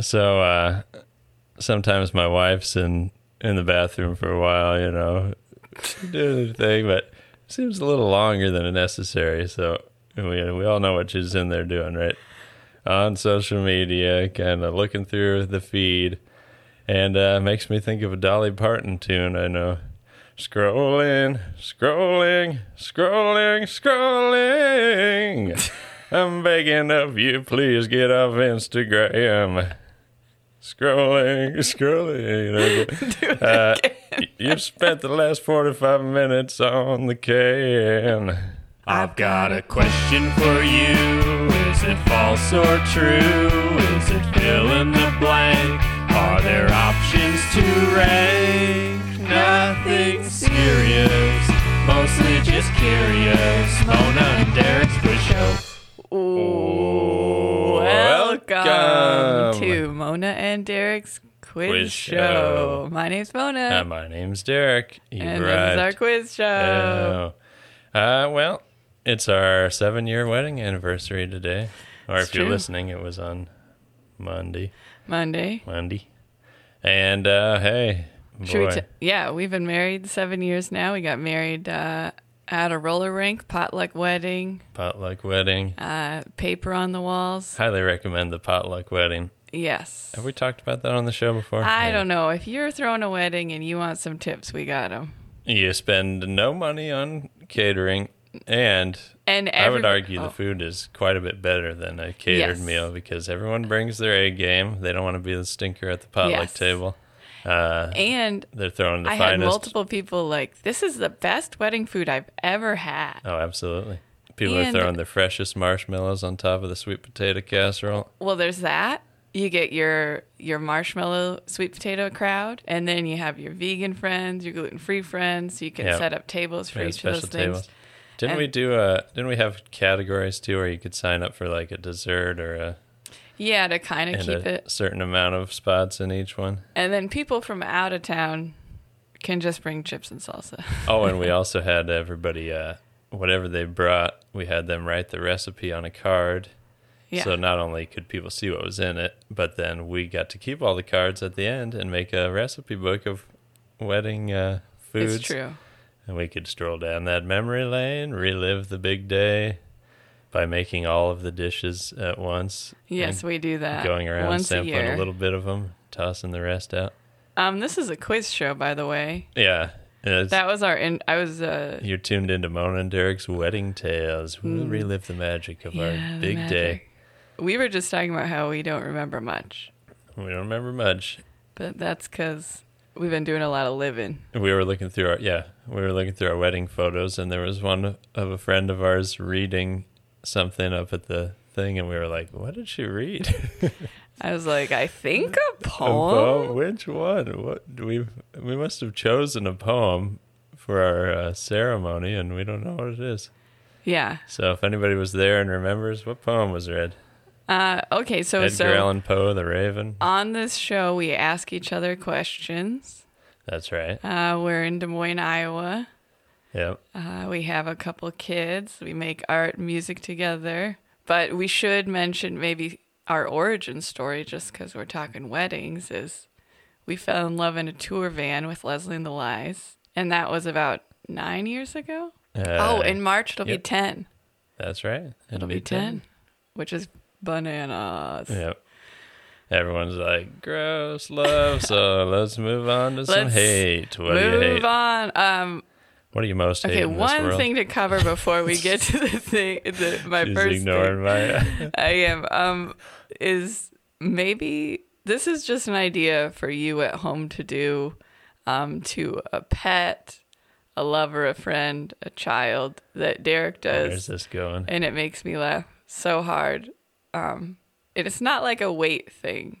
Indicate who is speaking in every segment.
Speaker 1: So uh, sometimes my wife's in in the bathroom for a while, you know, doing her thing, but it seems a little longer than necessary. So we we all know what she's in there doing, right? On social media, kind of looking through the feed, and uh, makes me think of a Dolly Parton tune I know. Scrolling, scrolling, scrolling, scrolling. I'm begging of you, please get off Instagram. Scrolling, scrolling. Uh, y- you've spent the last 45 minutes on the can.
Speaker 2: I've got a question for you. Is it false or true? Is it fill in the blank? Are there options to rank? Nothing serious. Mostly just curious. Mona and Derek's quiz show.
Speaker 1: Welcome.
Speaker 3: Welcome to Mona and Derek's quiz,
Speaker 1: Quiz
Speaker 3: show.
Speaker 1: show.
Speaker 3: My name's Mona,
Speaker 1: Uh, my name's Derek. You've
Speaker 3: and this is our quiz show.
Speaker 1: Oh. Uh, well, it's our seven year wedding anniversary today. Or
Speaker 3: It's
Speaker 1: if you're
Speaker 3: true.
Speaker 1: listening, it was on Monday.
Speaker 3: Monday.
Speaker 1: Monday. And uh, hey,
Speaker 3: Should we
Speaker 1: boy,
Speaker 3: t- yeah, we've been married seven years now. We got married uh, at a roller rink, potluck wedding,
Speaker 1: potluck wedding.
Speaker 3: uh, paper on the walls.
Speaker 1: Highly recommend the potluck wedding.
Speaker 3: Yes.
Speaker 1: Have we talked about that on the show before?
Speaker 3: I don't know. If you're throwing a wedding and you want some tips, we got them.
Speaker 1: You spend no money on catering, and
Speaker 3: And
Speaker 1: I would
Speaker 3: every-
Speaker 1: argue
Speaker 3: oh,
Speaker 1: the food is quite a bit better than a catered
Speaker 3: Yes.
Speaker 1: meal because everyone brings their A game. They don't want to be the stinker at the potluck
Speaker 3: Yes.
Speaker 1: table. Uh,
Speaker 3: And
Speaker 1: They're throwing the
Speaker 3: I had
Speaker 1: finest.
Speaker 3: multiple people like, this is the best wedding food I've ever had.
Speaker 1: Oh, absolutely. People
Speaker 3: And-
Speaker 1: are throwing their freshest marshmallows on top of the sweet potato casserole.
Speaker 3: Well, there's that. You get your your marshmallow sweet potato crowd, and then you have your vegan friends, your gluten free friends. You can
Speaker 1: Yeah.
Speaker 3: set up tables for
Speaker 1: Yeah,
Speaker 3: each of those things.
Speaker 1: Didn't
Speaker 3: And-
Speaker 1: we do a? Didn't we have categories too, where you could sign up for like a dessert or a
Speaker 3: Yeah, to kind of
Speaker 1: and
Speaker 3: keep
Speaker 1: a
Speaker 3: it.
Speaker 1: certain amount of spots in each one?
Speaker 3: And then people from out of town can just bring chips and salsa.
Speaker 1: Oh, and we also had everybody uh, whatever they brought, we had them write the recipe on a card.
Speaker 3: yeah.
Speaker 1: So not only could people see what was in it, but then we got to keep all the cards at the end and make a recipe book of wedding uh, foods.
Speaker 3: it's true.
Speaker 1: And we could stroll down that memory lane, relive the big day by making all of the dishes at once.
Speaker 3: Yes,
Speaker 1: and
Speaker 3: we do that.
Speaker 1: going around
Speaker 3: once
Speaker 1: sampling
Speaker 3: a, year.
Speaker 1: little bit of them, tossing the rest out.
Speaker 3: Um, this is a quiz show, by the way.
Speaker 1: Yeah. it's-
Speaker 3: That was our. In- I was uh,
Speaker 1: you're tuned into Mona and Derek's wedding tales. We'll relive the magic of
Speaker 3: Yeah,
Speaker 1: our
Speaker 3: the
Speaker 1: big day.
Speaker 3: We were just talking about how we don't remember much,
Speaker 1: We don't remember much.
Speaker 3: but that's because we've been doing a lot of living.
Speaker 1: We were looking through our yeah, we were looking through our wedding photos, and there was one of a friend of ours reading something up at the thing, and we were like, "What did she read?"
Speaker 3: I was like, I think
Speaker 1: A
Speaker 3: a poem.
Speaker 1: poem? Which one? What we we must have chosen a poem for our uh, ceremony, and we don't know what it is.
Speaker 3: Yeah.
Speaker 1: So if anybody was there and remembers what poem was read,
Speaker 3: Uh, okay. So
Speaker 1: Edgar
Speaker 3: so
Speaker 1: Allan Poe, The Raven.
Speaker 3: on this show, we ask each other questions.
Speaker 1: That's right.
Speaker 3: Uh, we're in Des Moines, Iowa.
Speaker 1: Yep.
Speaker 3: Uh, we have a couple kids. We make art and music together. But we should mention maybe our origin story, just because we're talking weddings, is we fell in love in a tour van with Leslie and the Lies. And that was about nine years ago.
Speaker 1: Uh,
Speaker 3: oh, in March, it'll
Speaker 1: yep.
Speaker 3: be 10.
Speaker 1: that's right.
Speaker 3: It'll be 10, which is bananas.
Speaker 1: Yep. Everyone's like, gross love. so let's move on to some
Speaker 3: Let's
Speaker 1: hate. What do you
Speaker 3: Move
Speaker 1: hate?
Speaker 3: on. Um,
Speaker 1: What do you most hate?
Speaker 3: okay,
Speaker 1: in this
Speaker 3: one
Speaker 1: world?
Speaker 3: thing to cover before we get to the thing, the, my
Speaker 1: She's
Speaker 3: first
Speaker 1: ignoring
Speaker 3: thing
Speaker 1: my.
Speaker 3: I am um, is maybe this is just an idea for you at home to do um, to a pet, a lover, a friend, a child that Derek
Speaker 1: Where's
Speaker 3: does,
Speaker 1: this going?
Speaker 3: and it makes me laugh so hard. Um, and it's not like a weight thing;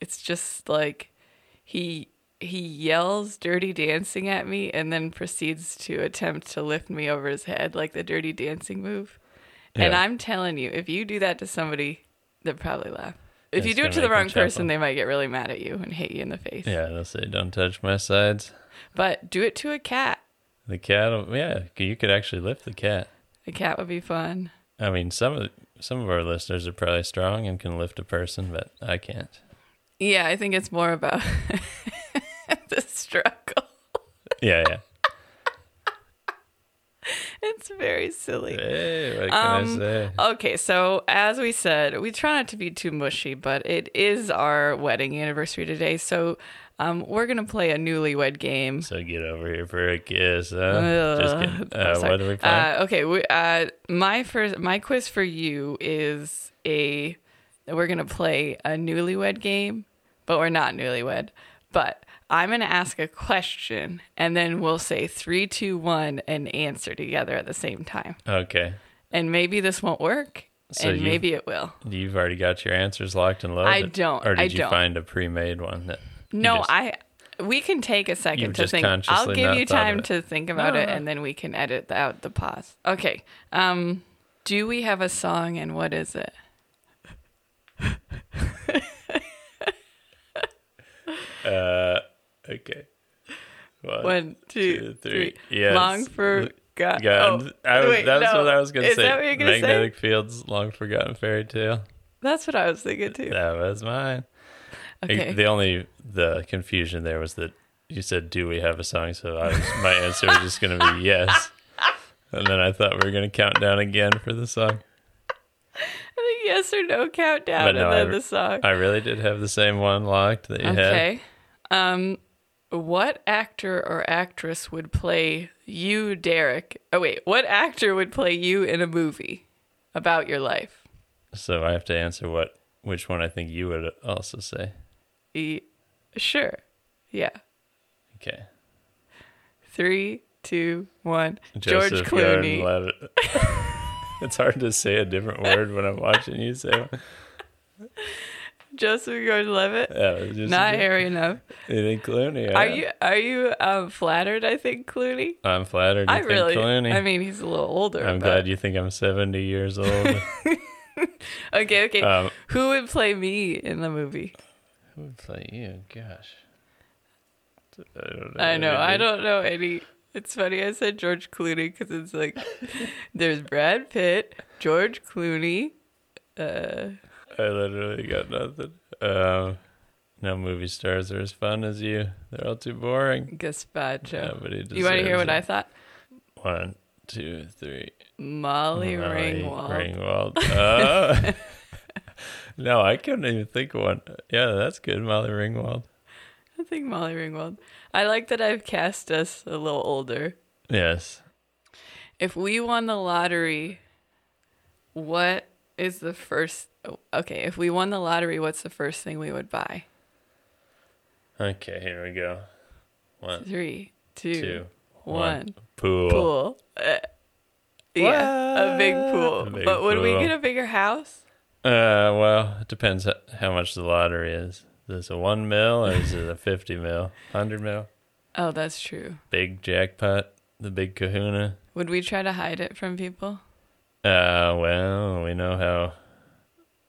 Speaker 3: it's just like he he yells "Dirty Dancing" at me, and then proceeds to attempt to lift me over his head like the Dirty Dancing move. And
Speaker 1: Yeah.
Speaker 3: I'm telling you, if you do that to somebody, they'll probably laugh. If
Speaker 1: It's
Speaker 3: you do it
Speaker 1: gonna
Speaker 3: to the
Speaker 1: make them
Speaker 3: wrong
Speaker 1: chuckle.
Speaker 3: person, they might get really mad at you and hate you in the face.
Speaker 1: Yeah, they'll say, don't touch my sides.
Speaker 3: But do it to a cat.
Speaker 1: The cat, yeah, you could actually lift the cat.
Speaker 3: A cat would be fun.
Speaker 1: I mean, some of the, some of our listeners are probably strong and can lift a person, but I can't.
Speaker 3: Yeah, I think it's more about the struggle.
Speaker 1: Yeah, yeah.
Speaker 3: It's very silly.
Speaker 1: Hey, what can
Speaker 3: Um,
Speaker 1: I say?
Speaker 3: Okay, so as we said, we try not to be too mushy, but it is our wedding anniversary today, so um, we're gonna play a newlywed game.
Speaker 1: So get over here for a kiss, huh? Just
Speaker 3: Ugh,
Speaker 1: kidding.
Speaker 3: I'm
Speaker 1: Uh,
Speaker 3: sorry.
Speaker 1: what do we play?
Speaker 3: Uh, okay, we, uh, my first, my quiz for you is a. We're gonna play a newlywed game, but we're not newlywed. But I'm gonna ask a question, and then we'll say three, two, one, and answer together at the same time.
Speaker 1: okay.
Speaker 3: And maybe this won't work,
Speaker 1: So
Speaker 3: and
Speaker 1: you-
Speaker 3: maybe it will.
Speaker 1: You've already got your answers locked and loaded.
Speaker 3: I don't.
Speaker 1: Or did
Speaker 3: I
Speaker 1: you
Speaker 3: don't.
Speaker 1: find a pre-made one that? you
Speaker 3: No,
Speaker 1: just-
Speaker 3: I. We can take a second
Speaker 1: You've
Speaker 3: to
Speaker 1: just
Speaker 3: think. I'll
Speaker 1: consciously
Speaker 3: give
Speaker 1: not
Speaker 3: you
Speaker 1: thought of
Speaker 3: time
Speaker 1: it.
Speaker 3: to think about
Speaker 1: No,
Speaker 3: it,
Speaker 1: no.
Speaker 3: and then we can edit out the pause. Okay. Um, do we have a song, and what is it?
Speaker 1: uh, Okay. One,
Speaker 3: One, two,
Speaker 1: Uh, two,
Speaker 3: three.
Speaker 1: three. Yes.
Speaker 3: Long for God.
Speaker 1: God, I was,
Speaker 3: Oh, wait,
Speaker 1: that's
Speaker 3: no.
Speaker 1: what I was going to
Speaker 3: Is
Speaker 1: say.
Speaker 3: that what you're going to say?
Speaker 1: Magnetic Fields, long forgotten fairy tale.
Speaker 3: That's what I was thinking too.
Speaker 1: That was mine.
Speaker 3: Okay.
Speaker 1: The only the confusion there was that you said, "Do we have a song?" So I was, my answer was just going to be yes, and then I thought we were going to count down again for the song.
Speaker 3: I think yes or no countdown,
Speaker 1: But
Speaker 3: and
Speaker 1: no,
Speaker 3: then
Speaker 1: I-
Speaker 3: the song.
Speaker 1: I really did have the same one locked that you had.
Speaker 3: okay. Um, what actor or actress would play you, Derek? Oh wait, what actor would play you in a movie about your life?
Speaker 1: So I have to answer what which one I think you would also say.
Speaker 3: E- sure. Yeah.
Speaker 1: Okay.
Speaker 3: Three, two, one. George Clooney.
Speaker 1: Gordon-Levitt. it's hard to say a different word when I'm watching you say. One.
Speaker 3: Joseph Gordon-Levitt.
Speaker 1: Yeah, it was just
Speaker 3: Not hairy enough.
Speaker 1: You think Clooney?
Speaker 3: Are
Speaker 1: yeah.
Speaker 3: you are you um, flattered? I think Clooney.
Speaker 1: I'm flattered. You
Speaker 3: I
Speaker 1: think
Speaker 3: really.
Speaker 1: Clooney.
Speaker 3: I mean, he's a little older.
Speaker 1: I'm
Speaker 3: but-
Speaker 1: glad you think I'm 70 years old.
Speaker 3: Okay, okay.
Speaker 1: um,
Speaker 3: Who would play me in the movie?
Speaker 1: Who would play you? Gosh. I don't
Speaker 3: I know. I
Speaker 1: any-
Speaker 3: don't know any. It's funny. I said George Clooney because it's like there's Brad Pitt, George Clooney. Uh,
Speaker 1: I literally got nothing. Um, no movie stars are as fun as you. They're all too boring.
Speaker 3: Gaspacho.
Speaker 1: Nobody
Speaker 3: you want to
Speaker 1: deserves
Speaker 3: hear what
Speaker 1: it.
Speaker 3: I thought?
Speaker 1: One, two, three.
Speaker 3: Molly Ringwald.
Speaker 1: Ringwald. Oh. no, I couldn't even think of one. Yeah, that's good, Molly Ringwald.
Speaker 3: I think Molly Ringwald. I like that I've cast us a little older.
Speaker 1: Yes.
Speaker 3: If we won the lottery, what is the first? oh, Okay, if we won the lottery, what's the first thing we would buy?
Speaker 1: Okay, here we go. One,
Speaker 3: Three, two, one.
Speaker 1: Uh, two, one. Pool.
Speaker 3: Pool. Uh, yeah, a big pool.
Speaker 1: A big
Speaker 3: but would we
Speaker 1: pool.
Speaker 3: get a bigger house?
Speaker 1: Uh, well, it depends ho- how much the lottery is. Is it a one mil or is it a fifty mil, hundred mil?
Speaker 3: Oh, that's true.
Speaker 1: Big jackpot, the big Kahuna.
Speaker 3: Would we try to hide it from people?
Speaker 1: Uh, well, we know how.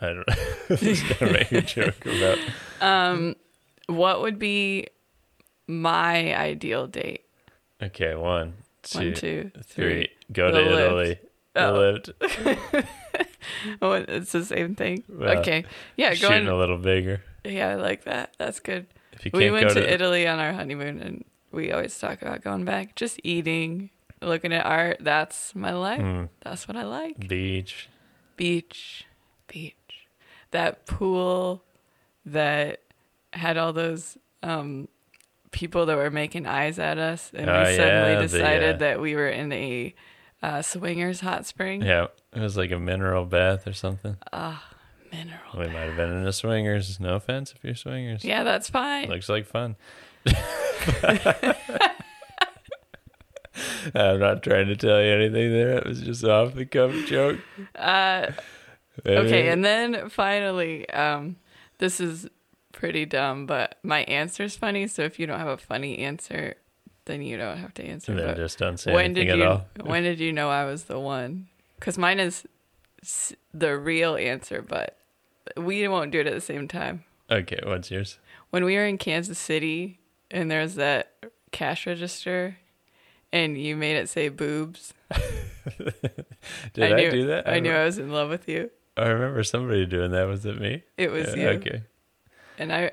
Speaker 1: I don't. just gonna make a joke about.
Speaker 3: Um, What would be my ideal date?
Speaker 1: Okay, one,
Speaker 3: One,
Speaker 1: two, three. uh,
Speaker 3: two,
Speaker 1: Go
Speaker 3: The
Speaker 1: to
Speaker 3: lift.
Speaker 1: Italy. The
Speaker 3: Oh.
Speaker 1: lift.
Speaker 3: Oh, it's the same thing.
Speaker 1: Well,
Speaker 3: okay. Yeah, go
Speaker 1: Shooting
Speaker 3: on.
Speaker 1: a little bigger.
Speaker 3: Yeah, I like that. That's good.
Speaker 1: If you can't
Speaker 3: We went
Speaker 1: go
Speaker 3: to,
Speaker 1: to,
Speaker 3: Italy on our honeymoon, and we always talk about going back, just eating, looking at art. That's my life.
Speaker 1: Mm.
Speaker 3: That's what I like.
Speaker 1: beach,
Speaker 3: Beach, beach, that pool that had all those um, people that were making eyes at us, and
Speaker 1: Oh,
Speaker 3: we suddenly
Speaker 1: yeah, the,
Speaker 3: decided
Speaker 1: uh,
Speaker 3: that we were in a uh, swingers hot spring
Speaker 1: yeah, it was like a mineral bath or something.
Speaker 3: mineral.
Speaker 1: We might have been in a swingers. No offense if you're swingers.
Speaker 3: Yeah, that's fine.
Speaker 1: Looks like fun. I'm not trying to tell you anything there. It was just off the cuff joke.
Speaker 3: Uh, Okay, and then finally, um, this is pretty dumb, but my answer's funny. So if you don't have a funny answer, then you don't have to answer.
Speaker 1: And then
Speaker 3: But
Speaker 1: just don't say
Speaker 3: when
Speaker 1: anything
Speaker 3: did
Speaker 1: at
Speaker 3: you
Speaker 1: all.
Speaker 3: when did you know I was the one? Because mine is s- the real answer, but we won't do it at the same time.
Speaker 1: Okay, what's yours?
Speaker 3: When we were in Kansas City, and there's that cash register, and you made it say boobs.
Speaker 1: Did I,
Speaker 3: knew,
Speaker 1: do that?
Speaker 3: I knew
Speaker 1: re-
Speaker 3: I was in love with you.
Speaker 1: I remember somebody doing that. Was it me?
Speaker 3: It was
Speaker 1: Yeah,
Speaker 3: you.
Speaker 1: Okay.
Speaker 3: And I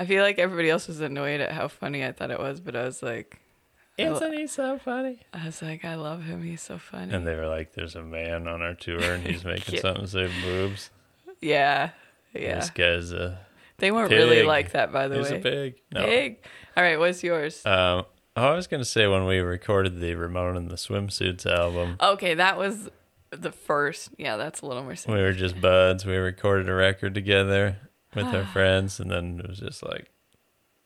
Speaker 3: I feel like everybody else was annoyed at how funny I thought it was, but I was like
Speaker 1: Isn't he so funny?
Speaker 3: I was like, I love him, he's so funny.
Speaker 1: And they were like, "There's a man on our tour, and he's making
Speaker 3: Yeah.
Speaker 1: something say boobs.
Speaker 3: yeah. Yeah.
Speaker 1: This guy's a
Speaker 3: They weren't really
Speaker 1: pig.
Speaker 3: like that by the
Speaker 1: he's
Speaker 3: way.
Speaker 1: a pig. No.
Speaker 3: Pig. All right, what's yours?
Speaker 1: Um, I was gonna say when we recorded the Ramon and the Swimsuits album,
Speaker 3: okay, that was the first. Yeah, that's a little more
Speaker 1: we were just buds. We recorded a record together with our friends, and then it was just like,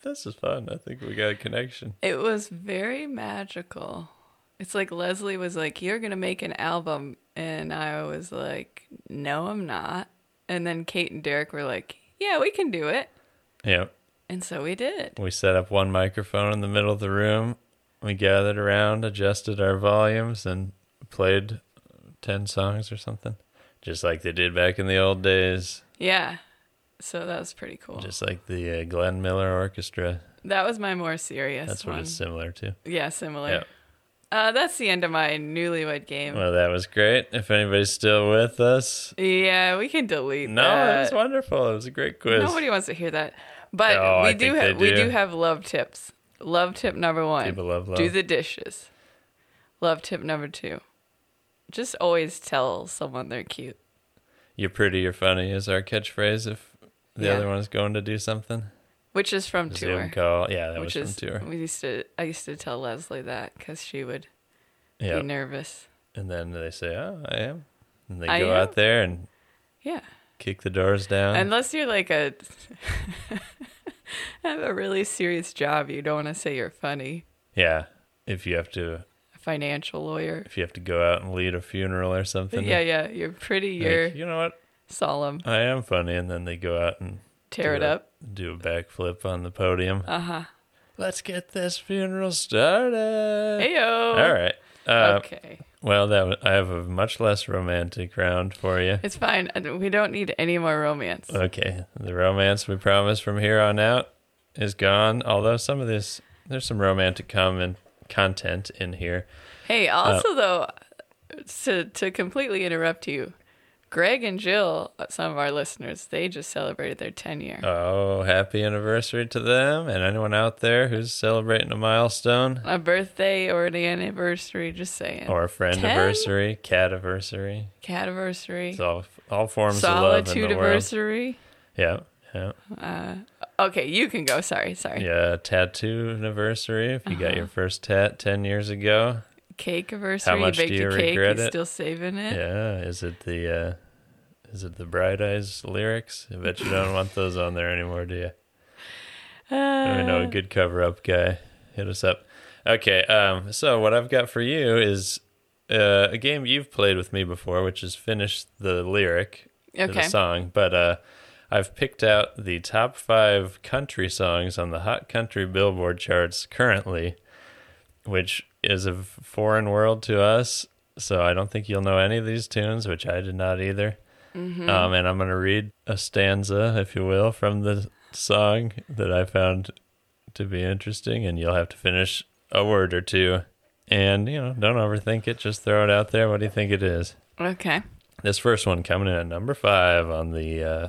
Speaker 1: "This is fun. I think we got a connection."
Speaker 3: It was very magical. It's like Leslie was like, You're going to make an album. And I was like, No, I'm not. And then Kate and Derek were like, Yeah, we can do it.
Speaker 1: Yeah.
Speaker 3: And so we did.
Speaker 1: We set up one microphone in the middle of the room. We gathered around, adjusted our volumes, and played 10 songs or something. Just like they did back in the old days,
Speaker 3: Yeah. So that was pretty cool.
Speaker 1: just like the uh, Glenn Miller Orchestra.
Speaker 3: that was my more serious
Speaker 1: That's
Speaker 3: one.
Speaker 1: what it's similar to.
Speaker 3: yeah, similar.
Speaker 1: Yeah.
Speaker 3: Uh, that's the end of my newlywed game.
Speaker 1: Well, that was great. If anybody's still with us,
Speaker 3: yeah, we can delete
Speaker 1: no,
Speaker 3: that.
Speaker 1: it was wonderful. It was a great quiz.
Speaker 3: Nobody wants to hear that. But
Speaker 1: No,
Speaker 3: we
Speaker 1: I
Speaker 3: do
Speaker 1: think
Speaker 3: have
Speaker 1: they
Speaker 3: we
Speaker 1: do.
Speaker 3: do have love tips. Love tip number one.
Speaker 1: People love
Speaker 3: Do
Speaker 1: love.
Speaker 3: the dishes. Love tip number two. Just always tell someone they're cute.
Speaker 1: You're pretty, you're funny is our catchphrase if the
Speaker 3: Yeah.
Speaker 1: other one is going to do something.
Speaker 3: Which is from
Speaker 1: Zoom
Speaker 3: tour.
Speaker 1: call. Yeah, that
Speaker 3: Which
Speaker 1: was
Speaker 3: is
Speaker 1: from tour.
Speaker 3: we used to I used to tell Leslie that because she would
Speaker 1: Yeah.
Speaker 3: be nervous.
Speaker 1: And then they say, "Oh, I am," and they
Speaker 3: I
Speaker 1: go
Speaker 3: am.
Speaker 1: out there and
Speaker 3: Yeah.
Speaker 1: kick the doors down.
Speaker 3: Unless you're like a have a really serious job, you don't want to say you're funny.
Speaker 1: yeah, if you have to,
Speaker 3: A financial lawyer.
Speaker 1: if you have to go out and lead a funeral or something.
Speaker 3: yeah, yeah. You're pretty,
Speaker 1: like,
Speaker 3: you're
Speaker 1: you know what?
Speaker 3: solemn.
Speaker 1: I am funny, and then they go out and
Speaker 3: Tear
Speaker 1: do
Speaker 3: it
Speaker 1: a-
Speaker 3: up. Uh-huh.
Speaker 1: do a backflip on the podium. Uh huh. Let's get this funeral started.
Speaker 3: Heyo.
Speaker 1: All right. Uh,
Speaker 3: okay.
Speaker 1: Well, that w- I have a much less romantic round for you.
Speaker 3: It's fine. I don't- We don't need any more romance.
Speaker 1: Okay, the romance we promised from here on out is gone. Although some of this, there's some romantic comment content in here.
Speaker 3: Hey,
Speaker 1: uh,
Speaker 3: also though, to to completely interrupt you, Greg and Jill, uh, some of our listeners, they just celebrated their ten year.
Speaker 1: Oh, happy anniversary to them and anyone out there who's celebrating a milestone
Speaker 3: a birthday or an anniversary, just saying.
Speaker 1: or a friend
Speaker 3: Ten?
Speaker 1: anniversary, cat anniversary.
Speaker 3: Cativersary.
Speaker 1: It's all all forms of love in the world.
Speaker 3: Solitude-iversary.
Speaker 1: Yeah, yeah,
Speaker 3: Okay, you can go. Sorry, sorry.
Speaker 1: yeah. Tattoo anniversary. If you got your first tat ten years ago,
Speaker 3: Cake anniversary.
Speaker 1: How much
Speaker 3: baked
Speaker 1: do you
Speaker 3: a cake.
Speaker 1: regret
Speaker 3: he's
Speaker 1: it?
Speaker 3: still saving it.
Speaker 1: yeah. Is it the uh, is it the Bright Eyes lyrics? I bet you don't want those on there anymore, do you?
Speaker 3: Uh,
Speaker 1: Let me know a good cover up guy. Hit us up. Okay, um, so what I've got for you is uh, a game you've played with me before, which is finish the lyric to
Speaker 3: Okay.
Speaker 1: the song. But uh, I've picked out the top five country songs on the Hot Country Billboard charts currently, which is a f- foreign world to us. So I don't think you'll know any of these tunes, which I did not either. Um, and I'm going to read a stanza, if you will, from the song that I found to be interesting, and you'll have to finish a word or two. And, you know, don't overthink it. Just throw it out there. What do you think it is?
Speaker 3: Okay.
Speaker 1: This first one coming in at number five on the uh,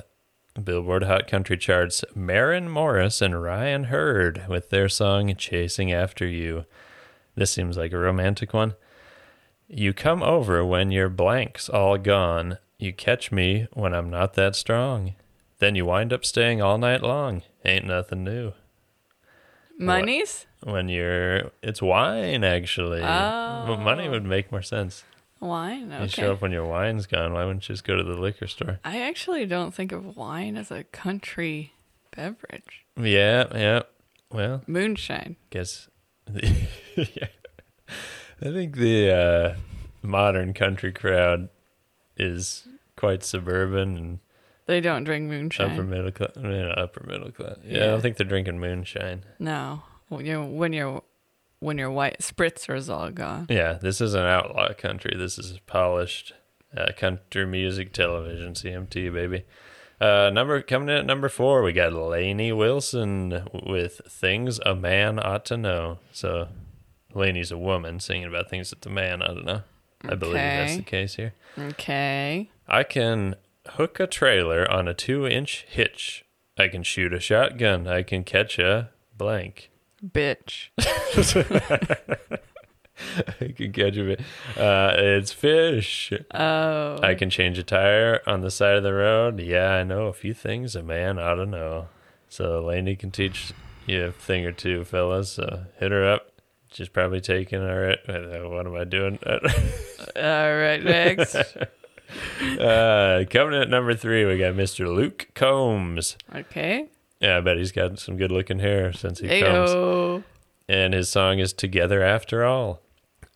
Speaker 1: Billboard Hot Country charts Marin Morris and Ryan Hurd with their song Chasing After You. This seems like a romantic one. You come over when your blank's all gone. You catch me when I'm not that strong. Then you wind up staying all night long. Ain't nothing new.
Speaker 3: Monies.
Speaker 1: When you're, it's wine actually. But Money would make more sense.
Speaker 3: Wine.
Speaker 1: You show
Speaker 3: Okay.
Speaker 1: up when your wine's gone. Why wouldn't you just go to the liquor store?
Speaker 3: I actually don't think of wine as a country beverage.
Speaker 1: Yeah, yeah. Well,
Speaker 3: Moonshine.
Speaker 1: guess. yeah. I think the uh, modern country crowd is quite suburban and
Speaker 3: They don't drink moonshine.
Speaker 1: upper middle class. You know, upper middle class. Yeah, I
Speaker 3: Yeah.
Speaker 1: don't think they're drinking moonshine.
Speaker 3: No, when you're when you're when your white spritzer is all gone.
Speaker 1: Yeah, this is an outlaw country. This is polished uh, country music television, CMT baby. Uh, number coming in at number four, we got Lainey Wilson with "Things a Man Ought to Know." So Laney's a woman singing about things that the man. I don't know. I believe that's
Speaker 3: Okay.
Speaker 1: the case here.
Speaker 3: Okay.
Speaker 1: I can hook a trailer on a two inch hitch. I can shoot a shotgun. I can catch a blank.
Speaker 3: Bitch.
Speaker 1: I can catch a bit. Uh, it's fish.
Speaker 3: Oh.
Speaker 1: I can change a tire on the side of the road. Yeah, I know a few things a man ought to know. So Laney can teach you a thing or two, fellas. So hit her up. She's probably taken her. uh, What am I doing?
Speaker 3: All right, next.
Speaker 1: uh, coming in at number three, we got Mr. Luke Combs.
Speaker 3: okay.
Speaker 1: Yeah, I bet he's got some good looking hair since he comes.
Speaker 3: Ayo.
Speaker 1: And his song is Together After All.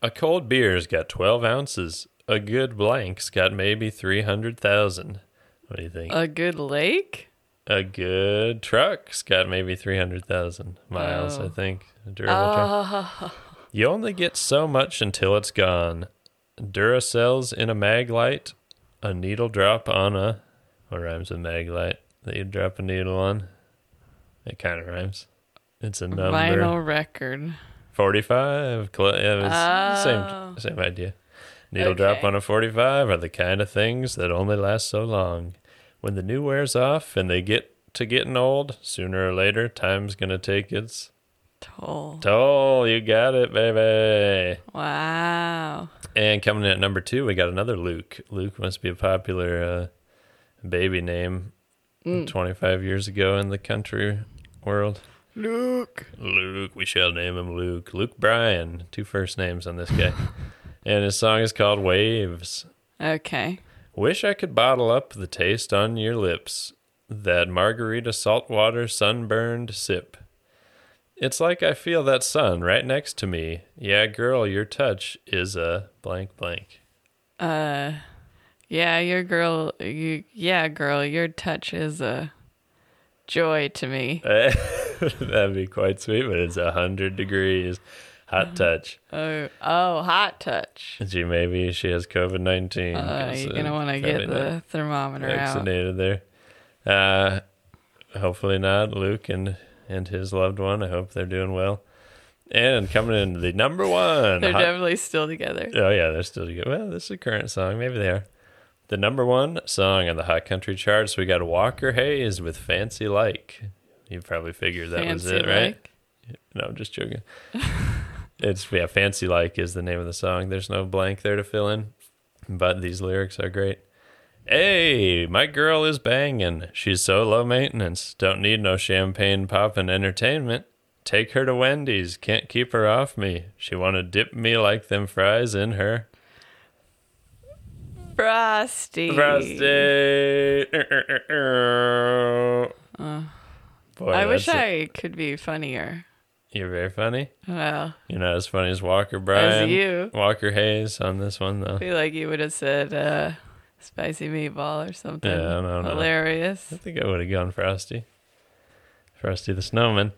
Speaker 1: A cold beer's got 12 ounces. A good blank's got maybe 300,000. What do you think?
Speaker 3: A good lake?
Speaker 1: a good truck's got maybe 300,000 miles, I think. A durable truck. You only get so much until it's gone. Duracells in a mag light, a needle drop on a. What rhymes with mag light that you drop a needle on? It kind of rhymes. It's a number.
Speaker 3: Vinyl record.
Speaker 1: 45. Cl- yeah, it was the same, same idea. Needle drop
Speaker 3: Okay.
Speaker 1: on a 45 are the kind of things that only last so long. When the new wears off and they get to getting old, sooner or later, time's going to take its
Speaker 3: Toll.
Speaker 1: toll. You got it, baby.
Speaker 3: Wow.
Speaker 1: And coming in at number two, we got another Luke. Luke must be a popular uh, baby name 25 years ago in the country world.
Speaker 3: Luke.
Speaker 1: Luke, we shall name him Luke. Luke Bryan, two first names on this guy. and his song is called Waves.
Speaker 3: Okay.
Speaker 1: Wish I could bottle up the taste on your lips, that margarita saltwater sunburned sip. It's like I feel that sun right next to me. Yeah, girl, your touch is a blank blank.
Speaker 3: Yeah, your girl. You, yeah, girl, your touch is a joy to me.
Speaker 1: Eh, That'd be quite sweet, but it's a hundred degrees. Hot touch.
Speaker 3: Oh, oh, hot touch.
Speaker 1: Gee, maybe she has COVID nineteen.
Speaker 3: Uh, you're gonna want to get
Speaker 1: uh,
Speaker 3: the thermometer out.
Speaker 1: vaccinated there. Uh, hopefully not, Luke and and his loved one. I hope they're doing well. And coming in the number one.
Speaker 3: They're
Speaker 1: hot-
Speaker 3: definitely still together.
Speaker 1: oh yeah, they're still good. Well, this is a current song. Maybe they are. The number one song on the hot country charts. We got Walker Hayes with "Fancy Like." You probably figured that was
Speaker 3: Fancy
Speaker 1: it, right?
Speaker 3: like.
Speaker 1: No, I'm just joking. it's yeah, "Fancy Like" is the name of the song. There's no blank there to fill in, but these lyrics are great. Hey, my girl is banging. She's so low maintenance. Don't need no champagne poppin' entertainment. Take her to Wendy's. Can't keep her off me. She wanna dip me like them fries in her
Speaker 3: Frosty.
Speaker 1: frosty. Boy,
Speaker 3: I wish
Speaker 1: that's-
Speaker 3: I could be funnier.
Speaker 1: You're very funny.
Speaker 3: Well,
Speaker 1: You're not as funny as Walker Bryan.
Speaker 3: you.
Speaker 1: Walker Hayes on this one though.
Speaker 3: I feel like you would have said uh, spicy meatball or something.
Speaker 1: Yeah, I don't know.
Speaker 3: Hilarious.
Speaker 1: I think I would have gone Frosty. Frosty the Snowman.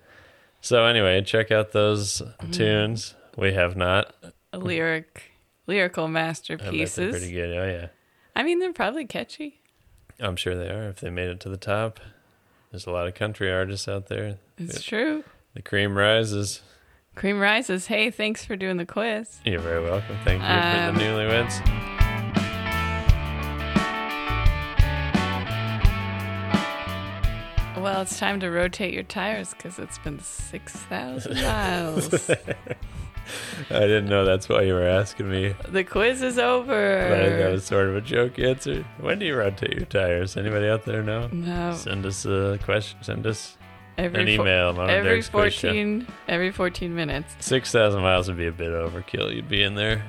Speaker 1: So anyway, check out those
Speaker 3: Mm-hmm.
Speaker 1: tunes. We have not.
Speaker 3: A lyric, lyrical
Speaker 1: I bet they're
Speaker 3: masterpieces.
Speaker 1: pretty good. Oh yeah,
Speaker 3: I mean, they're probably catchy.
Speaker 1: I'm sure they are. If they made it to the top, there's a lot of country artists out there.
Speaker 3: It's true.
Speaker 1: The cream rises.
Speaker 3: Cream rises. Hey, thanks for doing the quiz.
Speaker 1: You're very welcome. Thank you for
Speaker 3: Um,
Speaker 1: the newlyweds.
Speaker 3: Well, it's time to rotate your tires because it's been six thousand miles.
Speaker 1: I didn't know that's why you were asking me.
Speaker 3: the quiz is
Speaker 1: But I think that
Speaker 3: over.
Speaker 1: was sort of a joke answer. When do you rotate your tires? Anybody out there know?
Speaker 3: No,
Speaker 1: Send us a question. Send us
Speaker 3: every
Speaker 1: an
Speaker 3: fo-
Speaker 1: email. on
Speaker 3: every
Speaker 1: Derek's Quiz Show.
Speaker 3: fourteen, every fourteen minutes.
Speaker 1: Six thousand miles would be a bit overkill. You'd be in there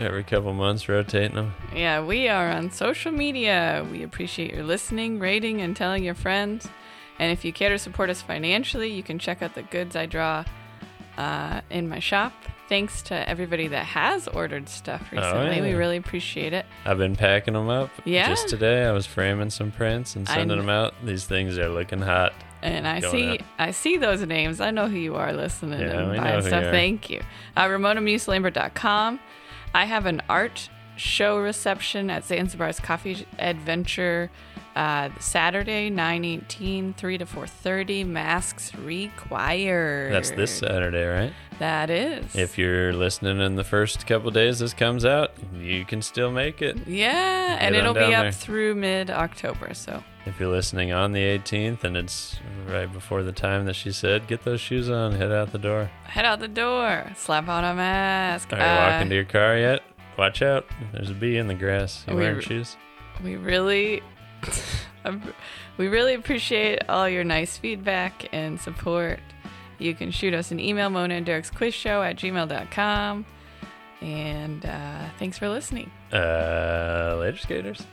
Speaker 1: every couple months rotating them.
Speaker 3: Yeah, we are on social media. We appreciate your listening, rating, and telling your friends. And if you care to support us financially, you can check out the goods I draw uh, in my shop. Thanks to everybody that has ordered stuff recently. We
Speaker 1: Oh, yeah.
Speaker 3: really appreciate it.
Speaker 1: I've been packing them up.
Speaker 3: Yeah.
Speaker 1: Just today, I was framing some prints and sending
Speaker 3: I'm-
Speaker 1: them out. These things are looking hot.
Speaker 3: And I
Speaker 1: Going
Speaker 3: see
Speaker 1: out.
Speaker 3: I see those names. I know who you are listening
Speaker 1: Yeah, we
Speaker 3: and
Speaker 1: know
Speaker 3: buying
Speaker 1: who
Speaker 3: stuff.
Speaker 1: you are.
Speaker 3: Thank you. Uh, RamonaMuseLambert.com. I have an art show reception at Zanzibar's Coffee Adventure uh, Saturday, 918, 3 to 4.30. Masks required.
Speaker 1: That's this Saturday, right?
Speaker 3: That is.
Speaker 1: If you're listening in the first couple days this comes out, you can still make it.
Speaker 3: yeah, and
Speaker 1: on
Speaker 3: it'll be
Speaker 1: down
Speaker 3: up
Speaker 1: there.
Speaker 3: through mid-October, so
Speaker 1: If you're listening on the 18th and it's right before the time that she said, get those shoes on, head out the door.
Speaker 3: head out the door, slap on a mask.
Speaker 1: Are you
Speaker 3: Uh,
Speaker 1: walking to your car yet? Watch out. There's a bee in the grass. You
Speaker 3: We-
Speaker 1: wearing shoes?
Speaker 3: we really I'm- we really appreciate all your nice feedback and support you can shoot us an email mona and derek's quiz show at gmail.com and uh, thanks for listening
Speaker 1: Uh, later, skaters.